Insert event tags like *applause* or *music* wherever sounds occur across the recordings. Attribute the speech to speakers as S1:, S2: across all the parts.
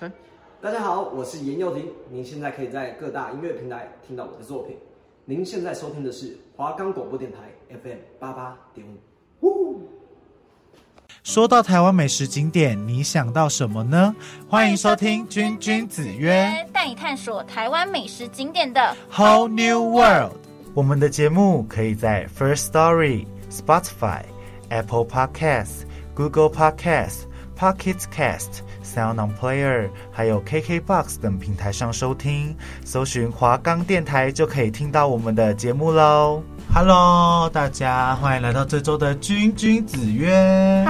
S1: 三，
S2: 大家好，我是严幼婷，您现在可以在各大音乐平台听到我的作品。您现在收听的是华冈广播电台 FM 八八点五。呜
S3: 说到台湾美食景点，你想到什么呢？欢迎收听《君君子约》，
S4: 带你探索台湾美食景点的
S3: Whole New World。我们的节目可以在 First Story、Spotify、Apple Podcasts、Google Podcasts、Pocket Cast、Sound On Player，还有 KKBox 等平台上收听，搜寻华冈电台就可以听到我们的节目喽。Hello，大家欢迎来到这周的《君君子约》。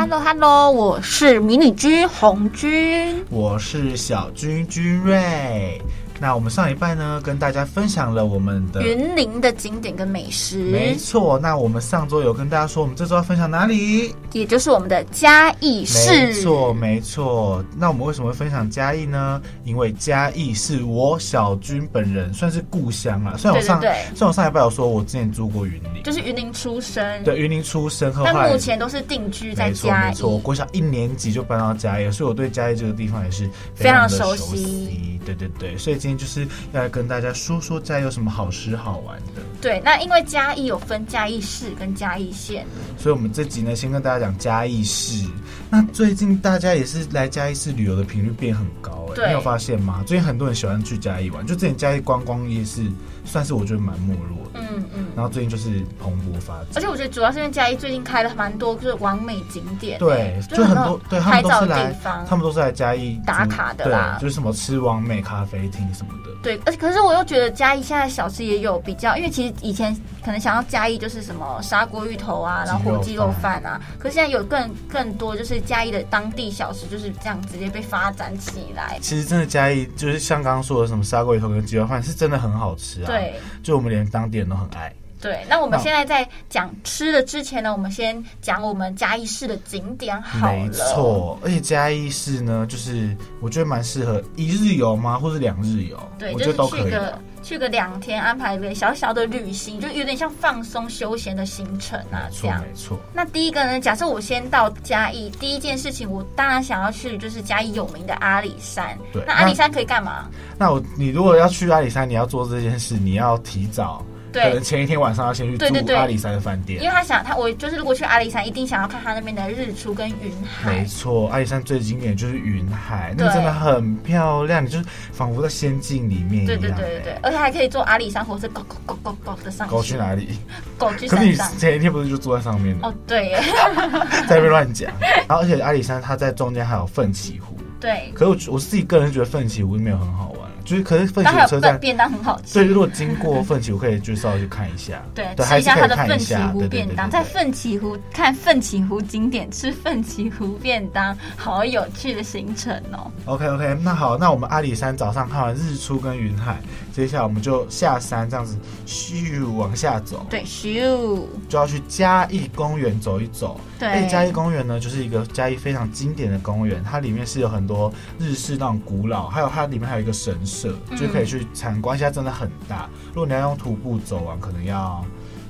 S4: Hello Hello，我是迷你居红军。
S3: 我是小君君瑞。那我们上礼拜呢，跟大家分享了我们的，
S4: 云林的景点跟美
S3: 没
S4: 食，
S3: 错。那我们上周有跟大家说，我们这周要分享哪里？
S4: 也就是我们的嘉义
S3: 没
S4: 市。
S3: 错，没错。那我们为什么会分享嘉义呢？因为嘉义是我小君本人算是故乡啊。虽然我上，
S4: 对对对
S3: 虽然我上礼拜有说我之前住过云林，
S4: 就是云林出生，
S3: 对云林出生和后
S4: 但
S3: 来
S4: 目前都是定居在
S3: 没错
S4: 嘉
S3: 没
S4: 义
S3: 错，。我国小一年级就搬到嘉义了，所以我对嘉义这个地方也是的
S4: 非常
S3: 熟
S4: 熟悉
S3: 对对对，所以今天就是要来跟大家说说嘉义有什么好吃好玩的。
S4: 对，那因为嘉义有分嘉义市跟嘉义县，
S3: 所以我们这集呢，先跟大家讲嘉义市。那最近大家也是来嘉义市旅游的频率变很高、欸，
S4: 对
S3: 你有发现吗？最近很多人喜欢去嘉义玩，就之前嘉义观光也是算是我觉得蛮没落的，
S4: 嗯嗯。
S3: 然后最近就是蓬勃发展。
S4: 而且我觉得主要是因为嘉义最近开了蛮多就是完美景点，
S3: 对，
S4: 就
S3: 就是很
S4: 很
S3: 多
S4: 多
S3: 对他
S4: 拍
S3: 们都
S4: 照
S3: 是
S4: 的
S3: 来
S4: 地方，
S3: 他们都是来嘉义
S4: 打
S3: 嗯
S4: 卡的
S3: 对
S4: 啦
S3: 就是什么吃完美咖啡厅什么的。
S4: 对，而且可是我又觉得嘉义现在小吃也有比较，因为其实以前可能想要嘉义就是什么砂锅芋头啊，然后火鸡肉饭啊，可是现在有更更多就是嘉义的当地小吃就是这样直接被发展起来。
S3: 其实真的嘉义就是像刚刚说的什么砂锅鱼头跟鸡肉饭是真的很好吃啊，
S4: 对，
S3: 就我们连当地人都很爱。
S4: 对，那我们
S3: 那
S4: 现在在讲吃的之前呢，我们先讲我们嘉义市的景点好了。
S3: 没，错，而且嘉义市呢，就是我觉得蛮适合一日游吗，或是两日游，
S4: 对，
S3: 我觉得
S4: 就是
S3: 都可
S4: 去
S3: 以啊。
S4: 个去个两天，安排一个小小的旅行，就有点像放松休闲的行程啊
S3: 没，
S4: 这
S3: 错，
S4: 样。
S3: 没错，
S4: 那第一个呢？假设我先到嘉义，第一件事情我当然想要去就是嘉义有名的阿里山。
S3: 对
S4: 那阿里山可以干嘛？
S3: 那我你如果要去阿里山，你要做这件事，你要提早，可
S4: 对
S3: 能，前一天晚上要先去
S4: 对对
S3: 住
S4: 对
S3: 阿里山的饭店
S4: 因为。他想他我就是如果去阿里山，一定想要看他那边的日出跟云海
S3: 没。错，阿里山最经典就是云海，那
S4: 对
S3: 个真的很漂亮，你就是仿佛在仙境里面一样、
S4: 对对对对对
S3: 哎，
S4: 而且还可以坐阿里山火车，狗狗狗狗狗的上
S3: 狗去哪里？
S4: 狗去
S3: 可是
S4: 山
S3: 你
S4: 上。
S3: 前一天不是就坐在上面的，
S4: 哦，对 *laughs* 耶，
S3: 在那边乱讲。然后而且阿里山它在中间还有奋起湖，
S4: 对。
S3: 可是我觉我自己个人觉得奋起湖没有很好玩，就是可是奋
S4: 那
S3: 起
S4: 还
S3: 湖车
S4: 有便
S3: 站，
S4: 便当很好吃。
S3: 所以如果经过奋起湖，可以就稍微去看一下，
S4: 对，吃
S3: 还
S4: 一
S3: 是
S4: 下
S3: 可
S4: 它
S3: 以
S4: 的
S3: 看
S4: 奋
S3: 一
S4: 起
S3: 下，
S4: 湖
S3: 对对
S4: 便
S3: 对
S4: 当，
S3: 对
S4: 在
S3: 对
S4: 奋起湖看奋起湖景点，吃奋起湖便当，好有趣的行程哦。
S3: OK OK，那好，那我们阿里山早上看完日出跟云海，接下来我们就下山这样子咻往下走，
S4: 对，咻，
S3: 就要去嘉义公园走一走。
S4: 对
S3: 而且嘉义公园呢，就是一个嘉义非常经典的公园，它里面是有很多日式那种古老，还有它里面还有一个神社，就
S4: 嗯
S3: 可以去参观。现在真的很大，如果你要用徒步走完，可能要，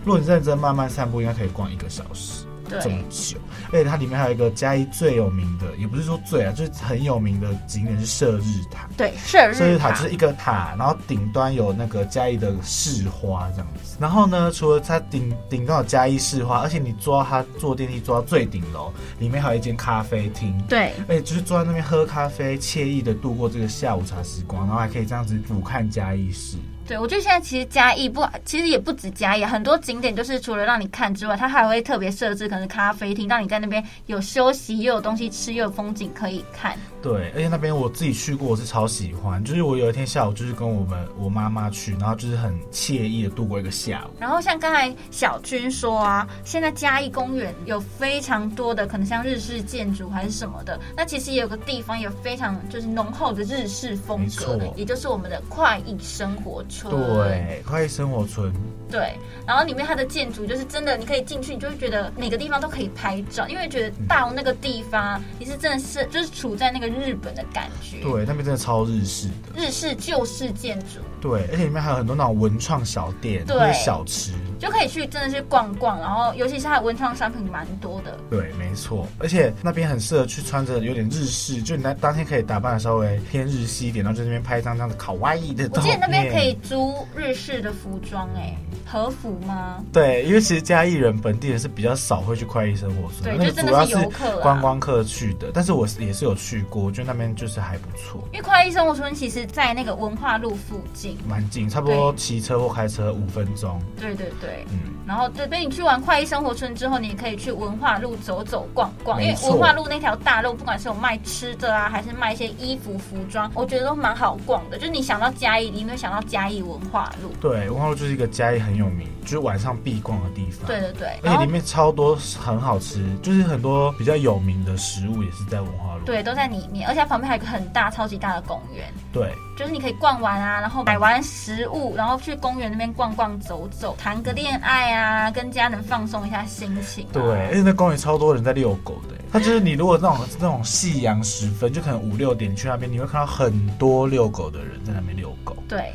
S3: 如果你认真慢慢散步，应该可以逛一个小时。这么
S4: 对，
S3: 久，而且它里面还有一个嘉义最有名的，也不是说最啊，就是很有名的景点是射日塔。
S4: 对，射
S3: 射
S4: 日
S3: 日塔就是一个塔，然后顶端有那个嘉义的市花这样子。然后呢，除了它顶顶端有嘉义市花，而且你坐到它坐电梯坐到最顶楼，里面还有一间咖啡厅。
S4: 对，
S3: 而且就是坐在那边喝咖啡，惬意的度过这个下午茶时光，然后还可以这样子俯瞰嘉义市。
S4: 对，我觉得现在其实嘉义不，其实也不止嘉义，很多景点就是除了让你看之外，它还会特别设置可能咖啡厅，让你在那边有休息，又有东西吃，又有风景可以看。
S3: 对，而且那边我自己去过，我是超喜欢。就是我有一天下午就是跟我们我妈妈去，然后就是很惬意的度过一个下午。
S4: 然后像刚才小军说啊，现在嘉义公园有非常多的可能像日式建筑还是什么的，那其实也有个地方有非常就是浓厚的日式风
S3: 没
S4: 格
S3: 错，
S4: 也就是我们的快意生活村，
S3: 对，快意生活村，
S4: 对，然后里面它的建筑就是真的，你可以进去，你就会觉得每个地方都可以拍照，因为觉得到那个地方，你是真的是就是处在那个日本的感觉，
S3: 对，那边真的超日式的，
S4: 日式旧式建筑
S3: 对，而且里面还有很多那种文创小店
S4: 对
S3: 或者小吃，
S4: 就可以去真的去逛逛，然后尤其是它的文创商品蛮多的，
S3: 对，没错，而且那边很适合去穿着有点日式，就你那当天可以打扮的稍微偏日系一点，然后在那边拍一张这样子卡哇伊的
S4: 我
S3: 照
S4: 记
S3: 片
S4: 得。那边可以租日式的服装、哎，和服吗？
S3: 对，因为其实嘉义人本地人是比较少会去快意生活村，
S4: 对
S3: 那
S4: 就
S3: 个
S4: 真
S3: 主
S4: 的
S3: 要
S4: 是游客啦
S3: 观光客去的，但是我是也是有去过，我觉得那边就是还不错，
S4: 因为快意生活村其实，在那个文化路附近，
S3: 蛮近，差不多骑车或开车五分钟。
S4: 对对对。
S3: 嗯，
S4: 然后对，等你去完快意生活村之后，你也可以去文化路走走逛逛，因
S3: 没
S4: 为
S3: 错
S4: 文化路那条大路，不管是有卖吃的啊，还是卖一些衣服、服装，我觉得都蛮好逛的。就是你想到嘉义，你没有想到嘉义文化路？
S3: 对，文化路就是一个嘉义很有名，就是晚上必逛的地方。
S4: 对。对对，
S3: 而
S4: 然
S3: 且
S4: 后
S3: 哎里面超多很好吃，就是很多比较有名的食物也是在文化路。
S4: 对都在里面，而且它旁边还有一个很大、超级大的公园，
S3: 对，
S4: 就是你可以逛完啊，然后买完食物，然后去公园那边逛逛走走，谈个恋爱啊，跟家人放松一下心情、啊。
S3: 对，而且那公园超多人在遛狗的。它就是你如果那种那种夕阳时分，就可能五六点去那边，你会看到很多遛狗的人在那边遛狗。
S4: 对，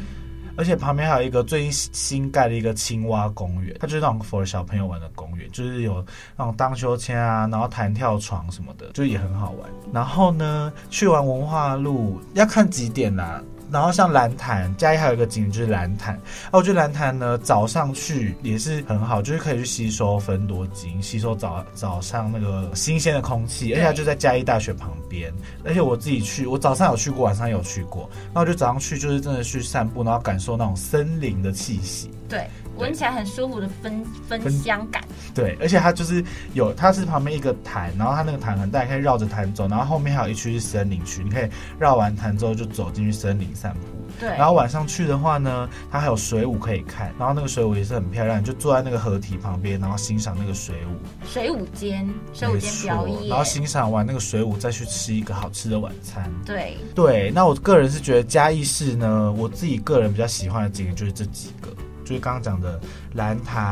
S3: 而且旁边还有一个最近新盖的一个青蛙公园，它就是那种 for 小朋友玩的公园，就是有那种荡秋千啊，然后弹跳床什么的，就也很好玩。然后呢，去完文化路要看几点啦、然后像蓝潭，嘉义还有一个景点就是蓝潭，啊，我觉得蓝潭呢早上去也是很好，就是可以去吸收芬多精，吸收早早上那个新鲜的空气，而且它就在嘉义大学旁边。而且我自己去，我早上有去过，晚上也有去过，然后就早上去就是真的去散步，然后感受那种森林的气息。
S4: 对，闻起来很舒服的芬芬香感，
S3: 对，而且它就是有，它是旁边一个潭，然后它那个潭很大，你可以绕着潭走，然后后面还有一区是森林区，你可以绕完潭之后就走进去森林散步。
S4: 对，
S3: 然后晚上去的话呢，它还有水舞可以看，然后那个水舞也是很漂亮，你就坐在那个河堤旁边，然后欣赏那个水舞，
S4: 水舞间，水舞
S3: 没
S4: 间
S3: 错
S4: 表
S3: 然后
S4: 演，
S3: 欣赏完那个水舞，再去吃一个好吃的晚餐。
S4: 对，
S3: 对，那我个人是觉得嘉义市呢，我自己个人比较喜欢的景点就是这几个，就是刚刚讲的蓝潭、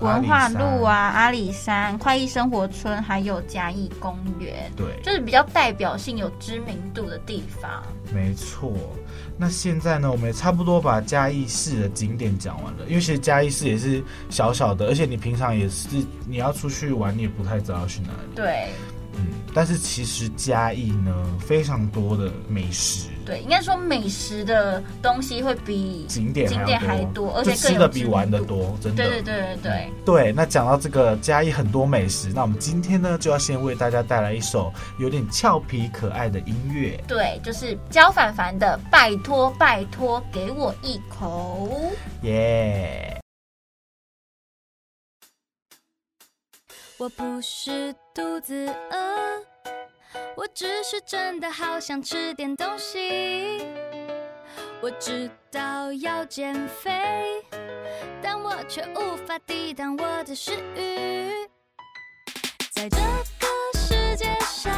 S3: 阿
S4: 文
S3: 里
S4: 化
S3: 山
S4: 路，啊、阿里山、快意生活村，还有嘉义公园，
S3: 对，
S4: 就是比较代表性、有知名度的地方。
S3: 没错。那现在呢，我们也差不多把嘉义市的景点讲完了，因为其实嘉义市也是小小的，而且你平常也是你要出去玩，你也不太知道要去哪里。
S4: 对
S3: 嗯，但是其实嘉义呢，非常多的美食。
S4: 对，应该说美食的东西会比
S3: 景点
S4: 景点
S3: 还
S4: 还
S3: 要
S4: 多，
S3: 多，
S4: 而
S3: 就
S4: 且更
S3: 吃
S4: 有
S3: 的
S4: 知
S3: 比
S4: 名
S3: 玩的
S4: 度。
S3: 多，真的。
S4: 对对对对对，
S3: 对，那讲到这个嘉义很多美食，那我们今天呢就要先为大家带来一首有点俏皮可爱的音乐。
S4: 对，就是焦凡凡的《拜托拜托给我一口》。
S3: 耶、
S1: 我不是肚子饿，我只是真的好想吃点东西。我知道要减肥，但我却无法抵挡我的食欲。在这个世界上，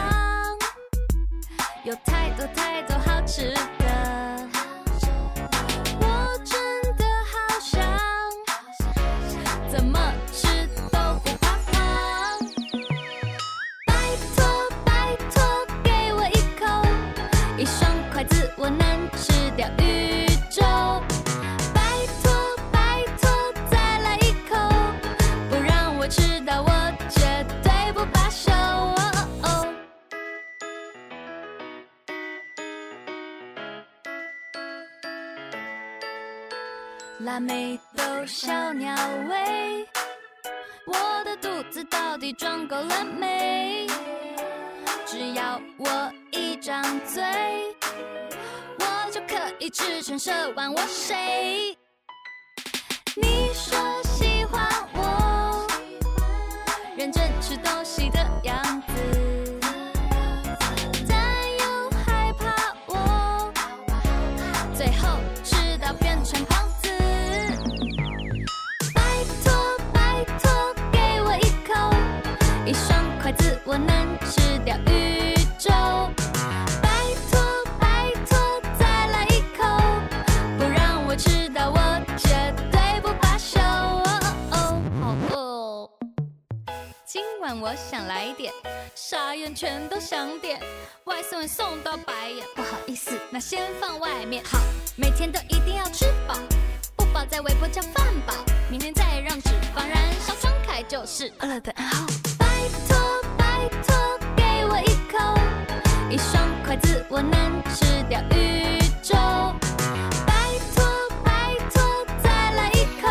S1: 有太多太多好吃的，我真的好想。怎么吃都不怕胖。拜托拜托，给我一口，一双筷子我能吃掉宇宙。拜托拜托，再来一口，不让我吃到我绝对不罢手。哦哦辣妹都小鸟胃，我的肚子到底装够了没？只要我一张嘴，我就可以吃成蛇丸，我谁？你说喜欢我认真吃东西的样子，但又害怕我。最后吃到变成胖子。拜托拜托，给我一口，一双筷子我能吃掉宇宙。拜托拜托，再来一口，不让我吃哦好想来一点，傻眼全都想点，外送员送到白眼，不好意思，那先放外面。好，每天都一定要吃饱，不饱在微波叫饭饱，明天再让脂肪燃烧，窗开就是饿了的暗号。拜托拜托，给我一口，一双筷子我能吃掉宇宙。拜托拜托，再来一口，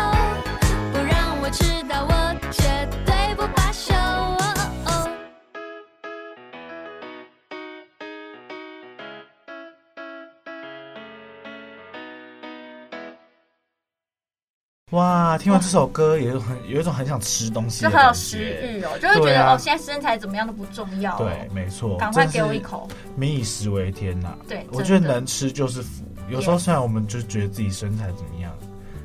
S1: 不让我吃到我绝对不罢休。哦哦
S3: 哇，听完这首歌，也有很有一种很想吃东西
S4: 就
S3: 的
S4: *laughs* 很有
S3: 感
S4: 食
S3: 觉。
S4: 欲哦，就会觉
S3: 对
S4: 得、
S3: 啊
S4: 哦，现在身材怎么样都不重要、哦，
S3: 对，，没错，
S4: 赶快
S3: 真
S4: 给
S3: 是
S4: 我一口，
S3: 民以食为天呐、
S4: 对
S3: 我觉
S4: 真
S3: 得
S4: 的
S3: 能吃就是福。有时候
S4: Yes
S3: 虽然我们就觉得自己身材怎么样，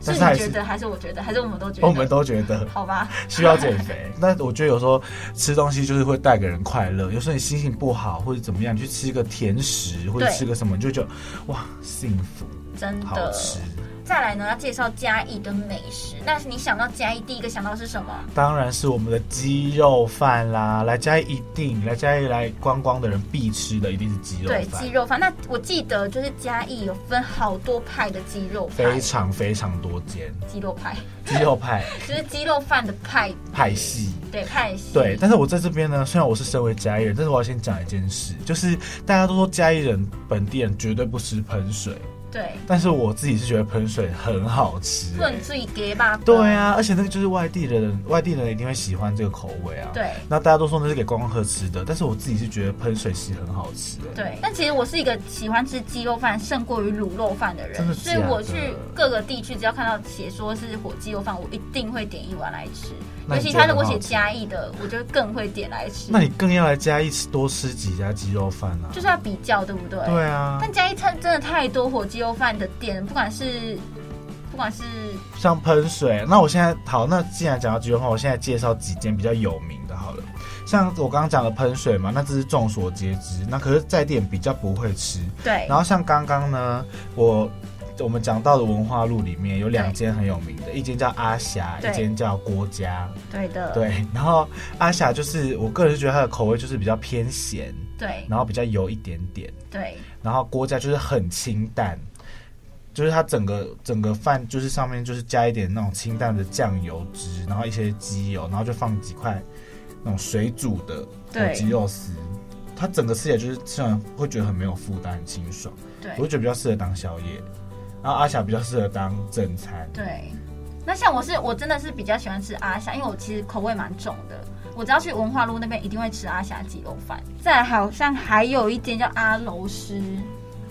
S4: 是
S3: 但
S4: 你
S3: 是还
S4: 觉
S3: 是
S4: 得还是我觉得还是我们都觉得，
S3: 我们都觉得
S4: 好吧，
S3: 需要减肥。 *laughs* 但我觉得有时候吃东西就是会带给人快乐。有时候你心情不好或者怎么样，你去吃个甜食或者
S4: 对
S3: 吃个什么，你就觉得哇幸福，
S4: 真
S3: 好
S4: 的。
S3: 吃。
S4: 再来呢，要介绍嘉义的美食。那你想到嘉义，第一个想到是什么？
S3: 当然是我们的鸡肉饭啦，来嘉义一定来嘉义来观光的人必吃的一定是鸡肉
S4: 对，
S3: 饭
S4: 鸡，肉饭。那我记得就是嘉义有分好多派的鸡肉派
S3: 非，常非常多间
S4: 鸡肉派
S3: 鸡肉派
S4: 就是鸡肉饭的派，
S3: 派系。
S4: 对派系。
S3: 对，但是我在这边呢，虽然我是身为嘉义人，但是我要先讲一件事，就是大家都说嘉义人本地人绝对不吃喷水，
S4: 对，
S3: 但是我自己是觉得喷水很好吃、欸
S4: 论最给吧。
S3: 对，啊，而且那个就是外地人，外地人一定会喜欢这个口味啊。
S4: 对
S3: 那大家都说那是给观光客吃的，但是我自己是觉得喷水其实很好吃、欸。
S4: 对，但其实我是一个喜欢吃鸡肉饭胜过于卤肉饭的人，
S3: 真的
S4: 所以
S3: 假的
S4: 我去各个地区，只要看到写说是火鸡肉饭，我一定会点一碗来吃。
S3: 那
S4: 尤
S3: 你
S4: 其
S3: 觉得
S4: 他如果
S3: 很好
S4: 写
S3: 吃
S4: 嘉义的，我就更会点来吃
S3: 那，你更要来嘉义吃多吃几家鸡肉饭啊。
S4: 就是要比较，对不对？
S3: 对啊，
S4: 但嘉义餐真的太多火鸡肉饭的店，不管是不管是
S3: 像喷水。啊那我现在好，那既然讲到鸡肉饭，我现在介绍几间比较有名的好了。像我刚刚讲的喷水嘛，那这是众所皆知。那可是在地人比较不会吃。
S4: 对
S3: 然后像刚刚呢，我我们讲到的文化路里面有两间很有名的，一间叫阿霞，
S4: 对
S3: 一间叫郭家。
S4: 对的
S3: 对，然后阿霞就是我个人是觉得它的口味就是比较偏咸，
S4: 对
S3: 然后比较油一点点，
S4: 对
S3: 然后郭家就是很清淡。就是它整个整个饭就是上面就是加一点那种清淡的酱油汁，然后一些鸡油，然后就放几块那种水煮的火
S4: 对
S3: 鸡肉丝，它整个吃起来就是吃完会觉得很没有负担，很清爽。我就
S4: 对
S3: 觉得比较适合当宵夜，然后阿霞比较适合当正餐。
S4: 对。那像我是我真的是比较喜欢吃阿霞，因为我其实口味蛮重的。我只要去文化路那边，一定会吃阿霞鸡肉饭。再来好像还有一间叫阿楼师，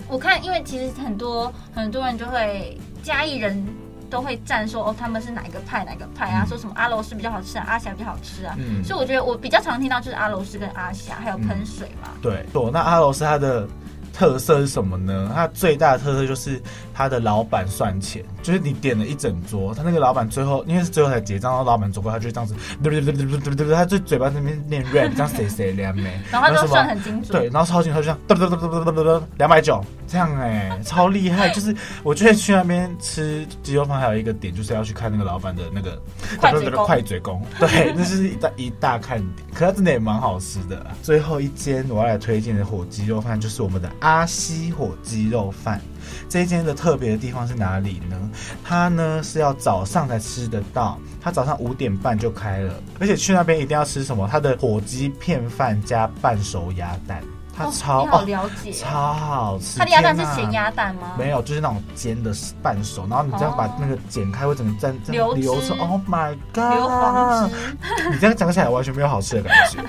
S4: 我看因为其实很多很多人就会嘉义人都会站说哦他们是哪一个派哪一个派啊，
S3: 嗯
S4: 说什么阿楼师比较好吃啊，阿霞比较好吃啊。
S3: 嗯，
S4: 所以我觉得我比较常听到就是阿楼斯跟阿霞，还有喷水嘛。
S3: 对。对，那阿罗斯它的特色是什么呢？它最大的特色就是它的老板算钱，就是你点了一整桌，他那个老板最后因为是最后才结账，然后老板走过来他就这样子，对对对对对对对，他就嘴巴那边念 rap，这样谁谁两美，
S4: *laughs* 然后他
S3: 什么
S4: 就算很精准，
S3: 对，然后超级他就这样，噔噔噔噔噔噔噔，两百九，这样哎、超厉害。就是我觉得去那边吃鸡肉饭，还有一个点就是要去看那个老板的那个
S4: 快嘴功
S3: 快嘴功，对，那是一大一大看点。可它真的也蛮好吃的啦。最后一间我要来推荐的火鸡肉饭就是我们的阿西火鸡肉饭。这一间的特别的地方是哪里呢？它呢是要早上才吃得到，它早上五点半就开了，而且去那边一定要吃什么？它的火鸡片饭加半熟鸭蛋，它
S4: 哦
S3: 超
S4: 你好了解。
S3: 超好吃。
S4: 他的鸭蛋是
S3: 天哪
S4: 咸鸭蛋吗？
S3: 没有，就是那种煎的半熟，然后你这样把
S4: 哦
S3: 那个剪开，会整个沾沾
S4: 流汁
S3: 出。Oh my god！
S4: 硫磺汁，
S3: *laughs* 你这样讲起来完全没有好吃的感觉。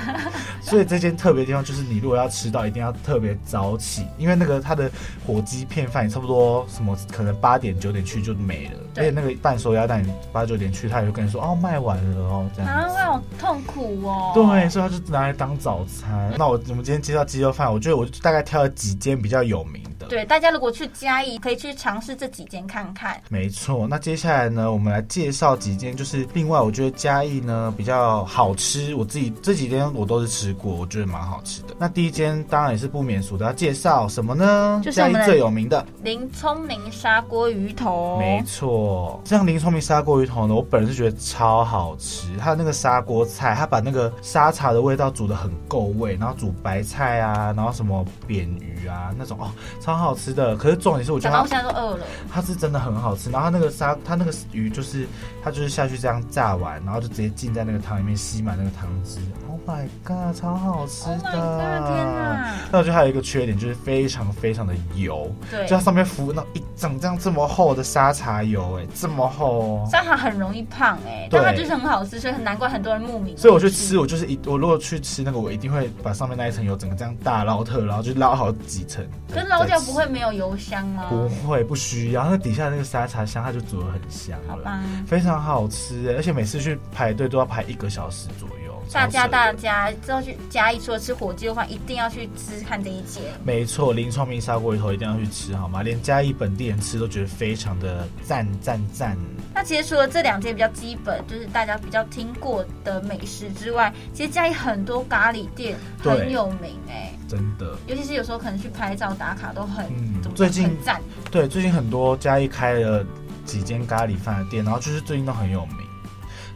S3: 所以这间特别的地方就是，你如果要吃到，一定要特别早起，因为那个它的火鸡片饭也差不多什么，可能八点九点去就没了。而
S4: 对
S3: 且那个半熟鸭蛋八九点去，他也会跟你说哦卖完了哦这样
S4: 啊，
S3: 子。
S4: 会好痛苦哦。
S3: 对，，所以他就拿来当早餐。那我我们今天介绍鸡肉饭，我觉得我就大概挑了几间比较有名的。
S4: 对，大家如果去嘉义，可以去尝试这几间看看。
S3: 没错，那接下来呢，我们来介绍几间，就是另外我觉得嘉义呢比较好吃，我自己这几天我都是吃过，我觉得蛮好吃的。那第一间当然也是不免俗的，要介绍什么呢？
S4: 就是我
S3: 嘉义
S4: 们的
S3: 最有名的，
S4: 林聪明砂锅鱼头，
S3: 没错，像林聪明砂锅鱼头呢，我本人是觉得超好吃。它那个砂锅菜，它把那个沙茶的味道煮得很够味，然后煮白菜啊，然后什么扁鱼啊那种哦，超好吃的。可是重点是，我觉
S4: 讲
S3: 得
S4: 到我
S3: 它
S4: 现在都饿了。
S3: 它是真的很好吃。然后它那个沙，它那个鱼就是它就是下去这样炸完，然后就直接浸在那个汤里面，吸满那个汤汁。Oh my god，超好吃
S4: Oh
S3: 的
S4: my god！天哪，
S3: 那我觉得还有一个缺点就是非常非常的油。
S4: 对，
S3: 就它上面浮那一整张这么厚的沙茶油、哎，这么厚、哦。
S4: 沙茶很容易胖哎、
S3: 对
S4: 但它就是很好吃，所以很难怪很多人慕名。
S3: 所以我去吃，，我就是一我如果去吃那个，我一定会把上面那一层油整个这样大捞特捞，就捞好几层。
S4: 可是捞掉
S3: 再吃
S4: 不会没有油香吗？
S3: 不会不需要，那底下那个沙茶香它就煮得很香
S4: 好
S3: 了，
S4: 吧。
S3: 非常好吃、哎而且每次去排队都要排一个小时左右。
S4: 大家
S3: 超扯的
S4: 大家之后去嘉义除了吃火鸡的话，一定要去吃看这一间。
S3: 没错，林聪明砂锅鱼头一定要去吃好吗？连嘉义本地人吃都觉得非常的赞赞赞。
S4: 那其实除了这两间比较基本，就是大家比较听过的美食之外，其实嘉义很多咖喱店
S3: 对
S4: 很有名哎、
S3: 真的，
S4: 尤其是有时候可能去拍照打卡都很、
S3: 嗯
S4: 怎么讲
S3: 最近
S4: 很赞。
S3: 对，最近很多嘉义开了几间咖喱饭的店，然后就是最近都很有名。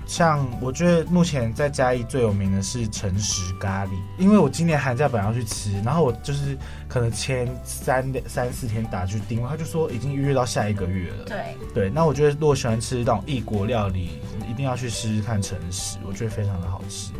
S3: 像我觉得目前在嘉义最有名的是诚实咖喱，因为我今年寒假本来要去吃，然后我就是可能前三三四天打去订位，他就说已经预约到下一个月了。
S4: 对，
S3: 对，那我觉得如果喜欢吃那种异国料理，一定要去试试看诚实，我觉得非常的好吃，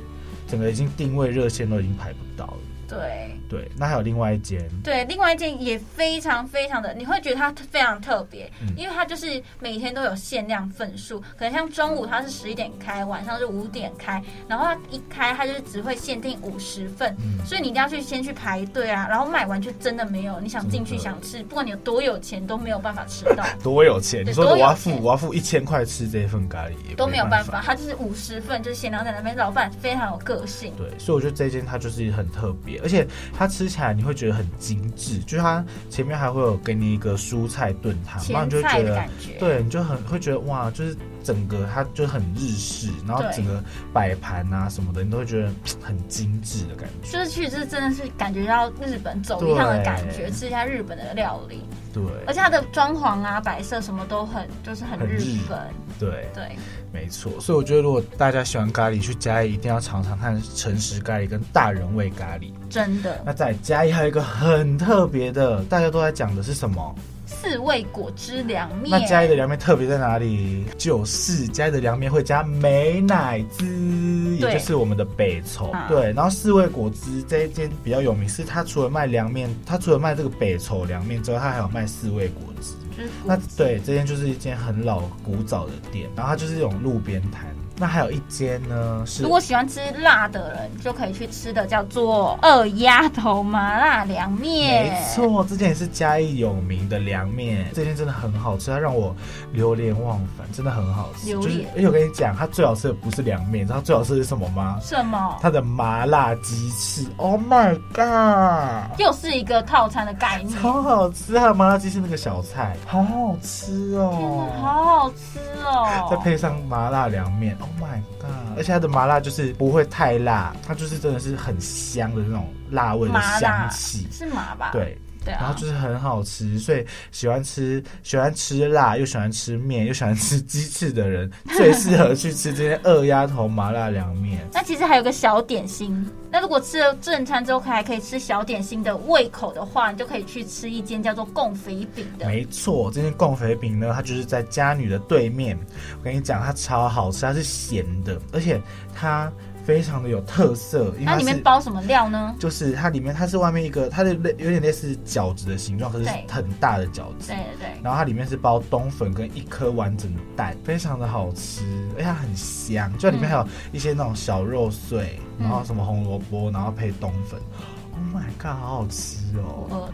S3: 整个已经定位热线都已经排不到了。
S4: 对
S3: 对，那还有另外一间，
S4: 对，另外一件也非常非常的，你会觉得它非常特别，
S3: 嗯
S4: 因为它就是每天都有限量份数，可能像中午它是十一点开，晚上是五点开，然后它一开它就是只会限定五十份，
S3: 嗯
S4: 所以你一定要去先去排队啊，然后买完就真的没有，你想进去
S3: 真的
S4: 想吃，不管你有多有钱都没有办法吃到，
S3: 多有钱！
S4: 对
S3: 你说的我
S4: 多有
S3: 要付
S4: 钱
S3: 我要付一千块吃这份咖喱也
S4: 都没有
S3: 办
S4: 办法，。它就是五十份就是限量在那边，老板非常有个性。
S3: 对，所以我觉得这间它就是很特别，而且它吃起来你会觉得很精致，就是它前面还会有给你一个蔬菜炖汤，然后啊
S4: 前
S3: 你就会
S4: 菜
S3: 觉
S4: 的
S3: 得
S4: 感，觉，
S3: 对，你就很会觉得哇，就是整个它就很日式，然后
S4: 对
S3: 整个摆盘啊什么的，你都会觉得嘖很精致的感觉。
S4: 就是去，就是真的是感觉到日本走一趟的感觉，
S3: 对
S4: 吃一下日本的料理，
S3: 对，
S4: 而且它的装潢啊、摆设什么都很，就是很
S3: 很
S4: 日
S3: 日
S4: 本。
S3: 对，
S4: 对，
S3: 没错。所以我觉得如果大家喜欢咖喱，去嘉义一定要尝尝看诚实咖喱跟大人味咖喱。
S4: 真的
S3: 那在嘉义还有一个很特别的，大家都在讲的是什么？
S4: 四味果汁凉面。
S3: 那嘉义的凉面特别在哪里？就是嘉义的凉面会加美乃滋，
S4: 对
S3: 也就是我们的北丑。
S4: 啊
S3: 对，然后四味果汁这一间比较有名，是它除了卖凉面，它除了卖这个北丑凉面之外，它还有卖四味果汁。
S4: 就是果
S3: 那对，这间就是一间很老古早的店，然后它就是这种路边摊。那还有一间呢，是
S4: 如果喜欢吃辣的人，就可以去吃的叫做二丫头麻辣凉面。
S3: 没，错，这间也是嘉义有名的凉面，这间真的很好吃，它让我流连忘返，真的很好吃。
S4: 榴
S3: 就是哎
S4: 莲，
S3: 而且我跟你讲，它最好吃的不是凉面，你知道它最好吃的是什么吗？
S4: 什么？
S3: 它的麻辣鸡翅，Oh my god！
S4: 又是一个套餐的概念。
S3: 超好吃，它的麻辣鸡翅那个小菜，好好吃
S4: 天哪，
S3: 哦。
S4: 好好吃
S3: 再
S4: 哦！
S3: 配上麻辣凉面，Oh my god！而且它的麻辣就是不会太辣，它就是真的是很香的那种辣味的
S4: 麻
S3: 香
S4: 辣
S3: 气，
S4: 是麻吧？
S3: 对，
S4: 对
S3: 然后
S4: 啊
S3: 就，是很好吃，所以喜欢吃喜欢吃辣，又喜欢吃面，又喜欢吃鸡翅的人，最适合去吃这些二丫头麻辣凉面。
S4: 那其实还有个小点心。那如果吃了正餐之后，还可以吃小点心的胃口的话，你就可以去吃一间叫做贡肥饼的。
S3: 没错，这间贡肥饼呢，它就是在家女的对面。我跟你讲，它超好吃，它是咸的，而且它非常的有特色，因为
S4: 那
S3: 它
S4: 里面
S3: 是。
S4: 包什么料呢？
S3: 就是它里面，它是外面一个，它的类有点类似饺子的形状，可是是
S4: 对
S3: 很大的饺子
S4: 对。对对，
S3: 然后它里面是包冬粉跟一颗完整的蛋，非常的好吃，而且它很香，就里面还有一些那种小肉碎，然后什么红萝卜，然后配冬粉。Oh my god，好好吃
S4: 我
S3: 哦！
S4: 饿了。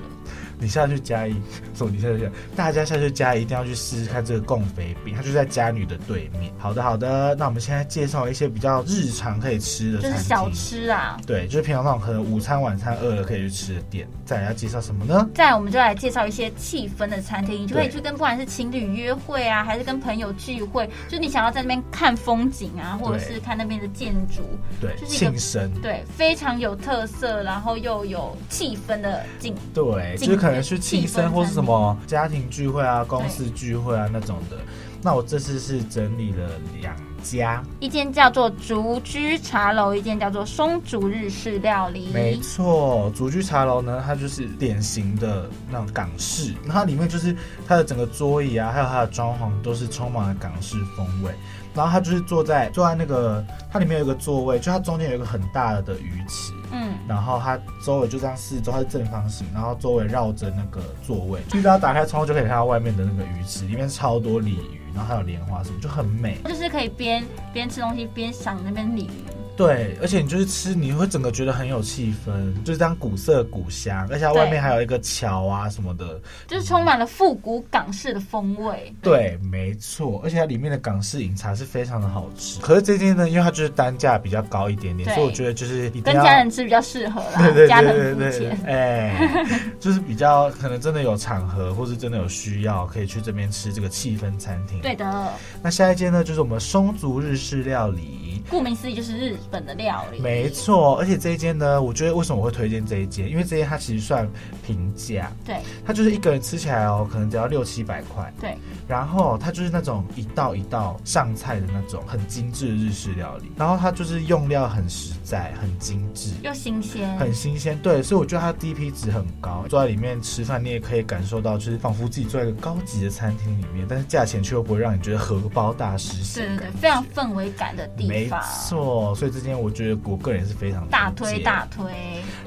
S3: 你下去嘉义，什么你下去嘉义，大家下去嘉义一定要去试试看这个贡肥饼，它就在嘉女的对面。好的，好的，那我们现在介绍一些比较日常可以吃的
S4: 就
S3: 餐
S4: 是
S3: 厅，
S4: 小吃啊。
S3: 对，就是平常那种可能午餐、晚餐饿了可以去吃的店。再来要介绍什么呢？
S4: 再来，我们就来介绍一些气氛的餐厅，你就可以
S3: 对
S4: 去跟不管是情侣约会啊，还是跟朋友聚会，就是你想要在那边看风景啊，或者
S3: 对
S4: 是看那边的建筑，
S3: 对，
S4: 就是一个
S3: 庆生。
S4: 对，非常有特色，然后又有气氛的景。
S3: 对，就
S4: 景
S3: 是可能
S4: 点
S3: 去
S4: 气
S3: 庆
S4: 氛
S3: 生或是
S4: 餐
S3: 什
S4: 厅
S3: 么家庭聚会啊、公司聚会啊那种的。那我这次是整理了两家，
S4: 一间叫做竹居茶楼，一间叫做松竹日式料
S3: 没
S4: 理。
S3: 错，竹居茶楼呢，它就是典型的那种港式，然后它里面就是它的整个桌椅啊，还有它的装潢都是充满了港式风味。然后它就是坐在坐在那个，它里面有一个座位，就它中间有一个很大的鱼池，
S4: 嗯，
S3: 然后它周围就这样四周，它是正方形，然后周围绕着那个座位，就只要打开窗户就可以看到外面的那个鱼池，里面超多鲤鱼，然后还有莲花什么，就很美。
S4: 就是可以边边吃东西边赏那边鲤鱼，
S3: 对，而且你就是吃，你会整个觉得很有气氛，就是这样古色古香，而且它
S4: 对
S3: 外面还有一个桥啊什么的。
S4: 就是充满了复古港式的风味。
S3: 对，没错，而且它里面的港式饮茶是非常的好吃。可是这间呢，因为它就是单价比较高一点点，
S4: 对
S3: 所以我觉得就是一定
S4: 跟
S3: 要
S4: 家人吃比较适合啦，
S3: 对对
S4: 家
S3: 对
S4: 人
S3: 对
S4: 付
S3: 对
S4: 钱。，
S3: 哎，就是比较可能真的有场合，或是真的有需要，可以去这边吃这个气氛餐厅。
S4: 对，的，
S3: 那下一间呢，就是我们松竹日式料理。
S4: 顾名思义就是日本的料理。
S3: 没错，而且这一间呢，我觉得为什么我会推荐这一间，因为这一间它其实算平价，
S4: 对
S3: 它就是一个人吃起来哦，可能只要六七百块，
S4: 对，
S3: 然后它就是那种一道一道上菜的那种很精致的日式料理，然后它就是用料很实在，很精致，
S4: 又新鲜，
S3: 很新鲜，对，所以我觉得它 DP 值很高。坐在里面吃饭，你也可以感受到，就是仿佛自己坐在一个高级的餐厅里面，但是价钱却又不会让你觉得荷包大失血
S4: 对
S3: 的感
S4: 对
S3: 觉。
S4: 对，非常氛围感的地
S3: 没
S4: 方，
S3: 错，所以这间我觉得我个人也是非常
S4: 大
S3: 推
S4: 推
S3: 荐
S4: 大。推。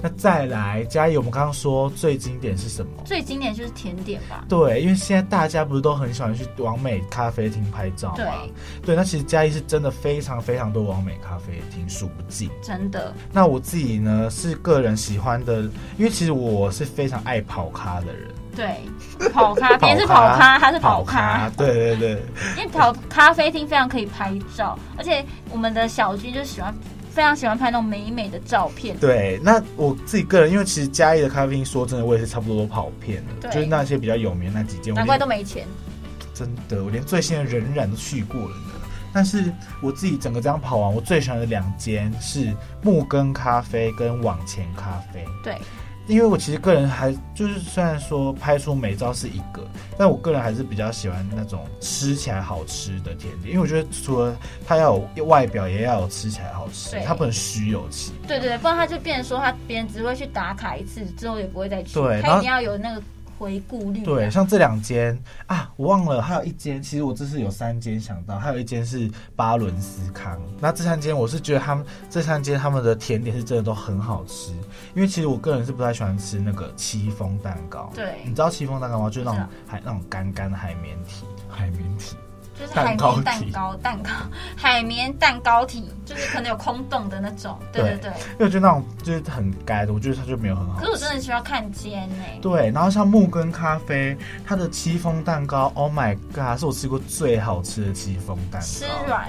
S3: 那再来，嘉义，我们刚刚说最经典是什么？
S4: 最经典就是甜点吧，
S3: 对，因为现在大家不是都很喜欢去完美咖啡厅拍照吗？对，那其实嘉义是真的非常非常多完美咖啡厅，数不尽。
S4: 真的，
S3: 那我自己呢是个人喜欢的，因为其实我是非常爱跑咖的人。
S4: 对，跑
S3: *laughs*
S4: 咖，啊别人是跑咖，他是跑
S3: 咖
S4: 咖，，
S3: 对对对，
S4: 因为跑咖啡厅非常可以拍照，而且我们的小军就喜欢。非常喜欢拍那种美美的照片，
S3: 对，那我自己个人，因为其实嘉义的咖啡厅，说真的，我也是差不多都跑遍了，
S4: 对
S3: 就是那些比较有名的那几间，我
S4: 难怪
S3: 连
S4: 都没钱。
S3: 真的，我连最新的人染都去过了呢。但是我自己整个这样跑完，我最喜欢的两间是木根咖啡跟往前咖啡。
S4: 对，
S3: 因为我其实个人还就是虽然说拍出美照是一个，但我个人还是比较喜欢那种吃起来好吃的甜点，因为我觉得除了它要有外表，也要有吃起来好吃
S4: 对，
S3: 它不能虚有其表
S4: 对对对，不然他就变成说他别人只会去打卡一次，之后也不会再去。
S3: 对然
S4: 他
S3: 后
S4: 一定要有那个回顾率啊。
S3: 对，像这两间啊，我忘了，还有一间，其实我这次有三间想到，还有一间是巴伦斯康。那这三间我是觉得他们这三间他们的甜点是真的都很好吃，因为其实我个人是不太喜欢吃那个戚风蛋糕。
S4: 对
S3: 你知道戚风蛋糕吗？就是那
S4: 我
S3: 种
S4: 知
S3: 海那种干干的海绵体，海绵体。
S4: 就是海
S3: 蛋糕
S4: 绵蛋
S3: 体
S4: 糕、蛋糕、 *laughs* 海绵蛋糕体，就是可能有空洞的那种。对对对。
S3: 因为我觉得那种就是很干的，我觉得它就没有很好
S4: 可
S3: 吃
S4: 是我真的需要看欸肩呢、
S3: 对，然后像木根咖啡，它的戚风蛋糕，Oh my god，是我吃过最好吃的戚风蛋糕。
S4: 吃软，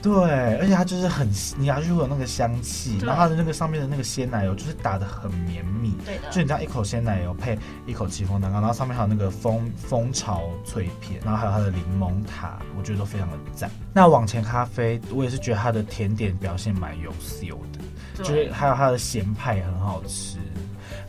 S3: 对，而且它就是很，你牙就会有那个香气，
S4: 对
S3: 然后它的那个上面的那个鲜奶油就是打的很绵密，
S4: 对的
S3: 就你这样一口鲜奶油配一口戚风蛋糕，然后上面还有那个蜂蜂巢脆片，然后还有它的柠檬塔，我觉得都非常的赞。那往前咖啡，我也是觉得它的甜点表现蛮优秀的，
S4: 对
S3: 就是还有它的咸派很好吃。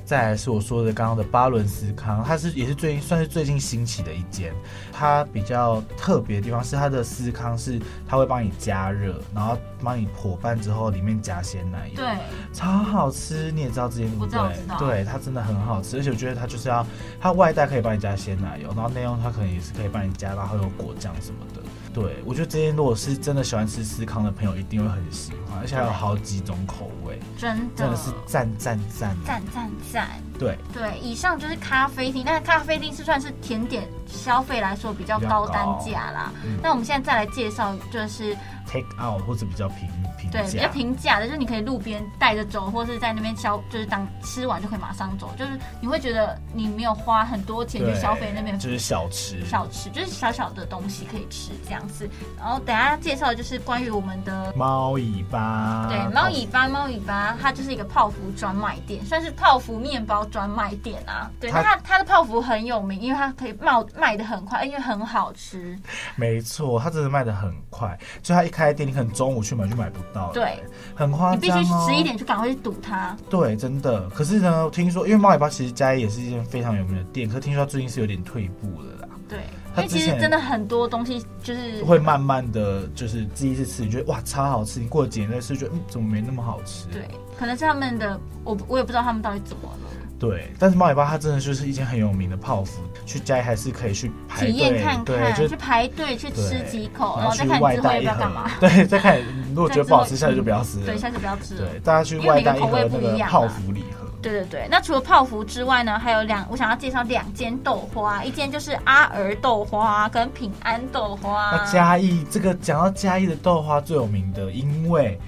S3: 再来是我说的刚刚的巴伦斯康，它是也是最近算是最近兴起的一间，它比较特别的地方是它的司康是它会帮你加热，然后帮你伙伴之后里面加鲜奶油，
S4: 对，
S3: 超好吃。你也知道这些对不
S4: 我知
S3: 对
S4: 道我知道？
S3: 对，它真的很好吃，而且我觉得它就是要它外带可以帮你加鲜奶油，然后内用它可能也是可以帮你加，然后有果酱什么的。对，我觉得这些如果是真的喜欢吃司康的朋友，一定会很喜欢，而且还有好几种口味，
S4: 真的，
S3: 真的是赞赞赞啊！
S4: 赞赞赞。
S3: 对，
S4: 对，以上就是咖啡厅，但是咖啡厅是算是甜点消费来说比较
S3: 比较
S4: 高
S3: 高
S4: 单价啦。
S3: 嗯
S4: 那我们现在再来介绍，就是
S3: take out 或者比较平平
S4: 对比较
S3: 价，
S4: 平价的，就是你可以路边带着走，或是在那边消，就是当吃完就可以马上走，就是你会觉得你没有花很多钱去
S3: 对
S4: 消费那边
S3: 就是小吃，
S4: 小吃，就是小小的东西可以吃这样子。然后等一下介绍的就是关于我们的
S3: 猫尾巴，
S4: 对，猫尾巴，猫尾巴，它就是一个泡芙专卖店，算是泡芙面包专卖店啊。对，
S3: 它
S4: 那它它的泡芙很有名，因为它可以冒卖的很快，因为很好吃。
S3: 没错，它真的卖的很快，就它一开店，你可能中午去买就买不到了，
S4: 对，
S3: 很夸
S4: 你必须
S3: 张哦。
S4: 十一点就赶快去堵它。
S3: 对，真的。可是呢，听说因为猫尾巴其实嘉义也是一间非常有名的店，可是听说它最近是有点退步了啦，
S4: 对，
S3: 它
S4: 因为其
S3: 之
S4: 实
S3: 前
S4: 真的很多东西就是
S3: 会慢慢的就是第一次吃，你觉得哇超好吃，你过了几年再吃，觉得嗯怎么没那么好吃？
S4: 对，可能是他们的，我我也不知道他们到底怎么了。
S3: 对，但是猫尾巴它真的就是一间很有名的泡芙，去嘉义还是可以去排
S4: 体验
S3: 队，
S4: 看看，
S3: 对，
S4: 去
S3: 就。
S4: 排队去吃
S3: 对
S4: 几口，
S3: 然
S4: 然
S3: 后
S4: 后再
S3: 去
S4: 看
S3: 外
S4: 你之后
S3: 带
S4: 要
S3: 一
S4: 不要
S3: 盒
S4: 干嘛。，
S3: *laughs* 对，再看如果觉得不好吃，
S4: 再
S3: 下
S4: 之后
S3: 次就不要吃了。
S4: 对，下次不要吃了。
S3: 对，大家去
S4: 因为
S3: 外
S4: 每个
S3: 带一
S4: 口味
S3: 盒
S4: 不
S3: 那
S4: 一
S3: 个
S4: 样啊
S3: 泡
S4: 嘛
S3: 芙礼盒，
S4: 对对对，那除了泡芙之外呢，还有两，我想要介绍两间豆花，一间就是阿尔豆花跟平安豆花
S3: 那。嘉义这个讲到嘉义的豆花最有名的，因为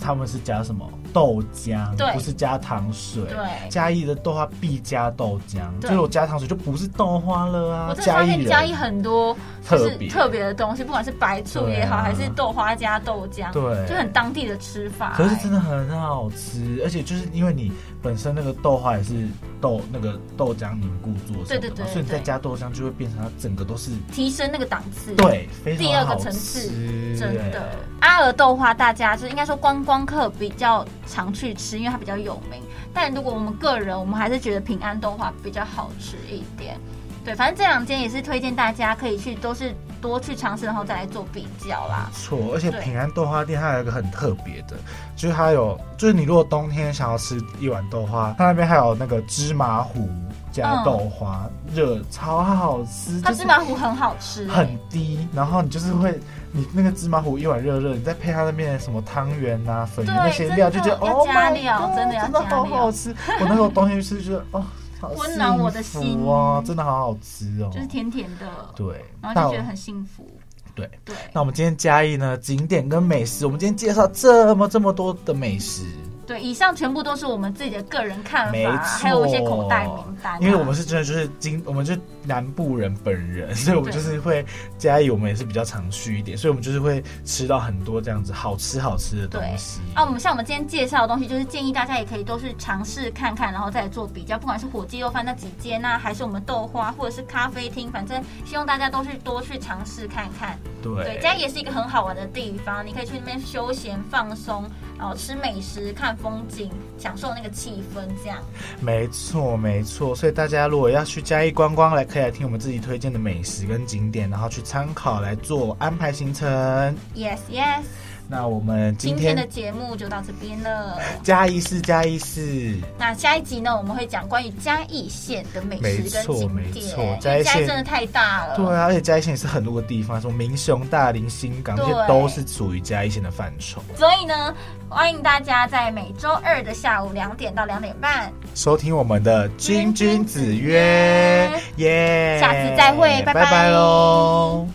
S3: 他们是加什么豆浆，
S4: 对
S3: 不是加糖水。
S4: 对
S3: 嘉义的豆花必加豆浆，就
S4: 对
S3: 是我加糖水就不是豆花了啊。
S4: 我真的发现
S3: 人
S4: 嘉义很多就是
S3: 特别
S4: 特别的东西，不管是白醋也好，
S3: 对啊
S4: 还是豆花加豆浆，
S3: 对
S4: 就很当地的吃法、
S3: 可是真的很好吃，而且就是因为你本身那个豆花也是豆那个豆浆凝固做成的嘛，
S4: 对对对对
S3: 所以你再加豆浆就会变成它整个都是
S4: 提升那个档次。。
S3: 对，非常
S4: 第二个
S3: 好
S4: 层次
S3: 吃
S4: 真的
S3: 哎，
S4: 阿尔豆花大家就是应该说观光客比较常去吃，因为它比较有名。但如果我们个人，我们还是觉得平安豆花比较好吃一点。对，反正这两间也是推荐大家可以去，都是多去尝试，然后再来做比较啦。
S3: 错，而且
S4: 对
S3: 平安豆花店它有一个很特别的，就是它有，就是你如果冬天想要吃一碗豆花，它那边还有那个芝麻糊加豆花，热、超好吃，
S4: 嗯
S3: 嗯
S4: 它
S3: 就是
S4: 芝麻糊很好吃、欸
S3: 很低，然后你就是会，你那个芝麻糊一碗热热，你再配它那边的什么汤圆啊、粉圆
S4: 对
S3: 那些料，就
S4: 真
S3: 觉
S4: 的
S3: 得
S4: 要
S3: 哦
S4: 加
S3: my
S4: 料
S3: god，
S4: 真的要
S3: 真的
S4: 加
S3: 好
S4: 料
S3: 好吃。我那时候冬天去吃，觉得哦，好
S4: 温暖我的
S3: 幸
S4: 心
S3: 福哦，真的好好吃哦，
S4: 就是甜甜的，
S3: 对，
S4: 然
S3: 那
S4: 后就
S3: 我
S4: 觉得很幸福。
S3: 对。
S4: 对，
S3: 那我们今天嘉义呢，景点跟美食，我们今天介绍这么这么多的美食，
S4: 对，以上全部都是我们自己的个人看
S3: 没错，
S4: 法，还有一些口袋名单啊、
S3: 因为我们是真的就是经，我们是南部人本人， *laughs* 所以我们
S4: 对
S3: 就是会嘉义，我们也是比较常去一点，所以我们就是会吃到很多这样子好吃好吃的东西。
S4: 啊，我们像我们今天介绍的东西，就是建议大家也可以都去尝试看看，然后再来做比较。不管是火鸡肉饭那几间啊，还是我们豆花，或者是咖啡厅，反正希望大家都去多去尝试看看。对，
S3: 对
S4: 嘉义也是一个很好玩的地方，你可以去那边休闲放松，然后吃美食、看风景，享受那个气氛，这样。
S3: 没错没错。所以大家如果要去嘉义观光，来可以来听我们自己推荐的美食跟景点，然后去参考来做安排行程。
S4: Yes Yes，
S3: 那我们今
S4: 今天
S3: 天
S4: 的节目就到这边了。
S3: 嘉义市嘉义市。
S4: 那下一集呢，我们会讲关于嘉义县的美
S3: 没
S4: 食跟
S3: 错
S4: 景
S3: 没
S4: 点，
S3: 错
S4: 因为
S3: 嘉义
S4: 嘉义
S3: 县
S4: 真的太大了。
S3: 对啊，而且嘉义县也是很多个地方，什么民雄、大林、新港，这些
S4: 对
S3: 都是属于嘉义县的范畴。
S4: 所以呢，欢迎大家在每周二的下午两点到两点半，
S3: 收听我们的《君君子约》，耶！
S4: 下次再会拜
S3: 拜
S4: 拜
S3: 喽。